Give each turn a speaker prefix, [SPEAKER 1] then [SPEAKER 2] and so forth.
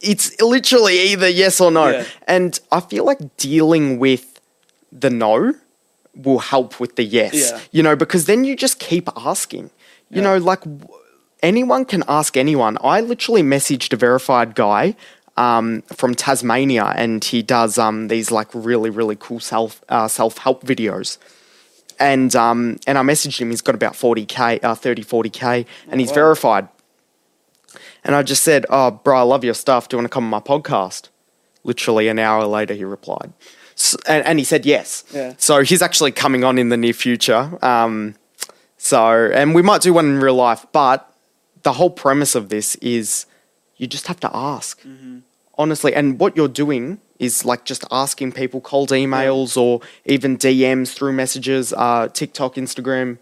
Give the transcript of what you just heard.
[SPEAKER 1] it's literally either yes or no.
[SPEAKER 2] Yeah.
[SPEAKER 1] And I feel like dealing with the no will help with the yes,
[SPEAKER 2] Yeah.
[SPEAKER 1] you know, because then you just keep asking. You
[SPEAKER 2] Yeah.
[SPEAKER 1] know, like w- anyone can ask anyone. I literally messaged a verified guy um, from Tasmania and he does um, these like really, really cool self uh, self help videos and um and I messaged him. He's got about 40k, uh, 30, 40k, and he's
[SPEAKER 2] wow.
[SPEAKER 1] verified. And I just said, "Oh, bro, I love your stuff. Do you want to come on my podcast?" Literally an hour later, he replied, S and, and he said yes.
[SPEAKER 2] Yeah.
[SPEAKER 1] So he's actually coming on in the near future. Um, so and we might do one in real life, but the whole premise of this is you just have to ask honestly. And what you're doing is like just asking people cold emails or even DMs through messages, uh, TikTok, Instagram,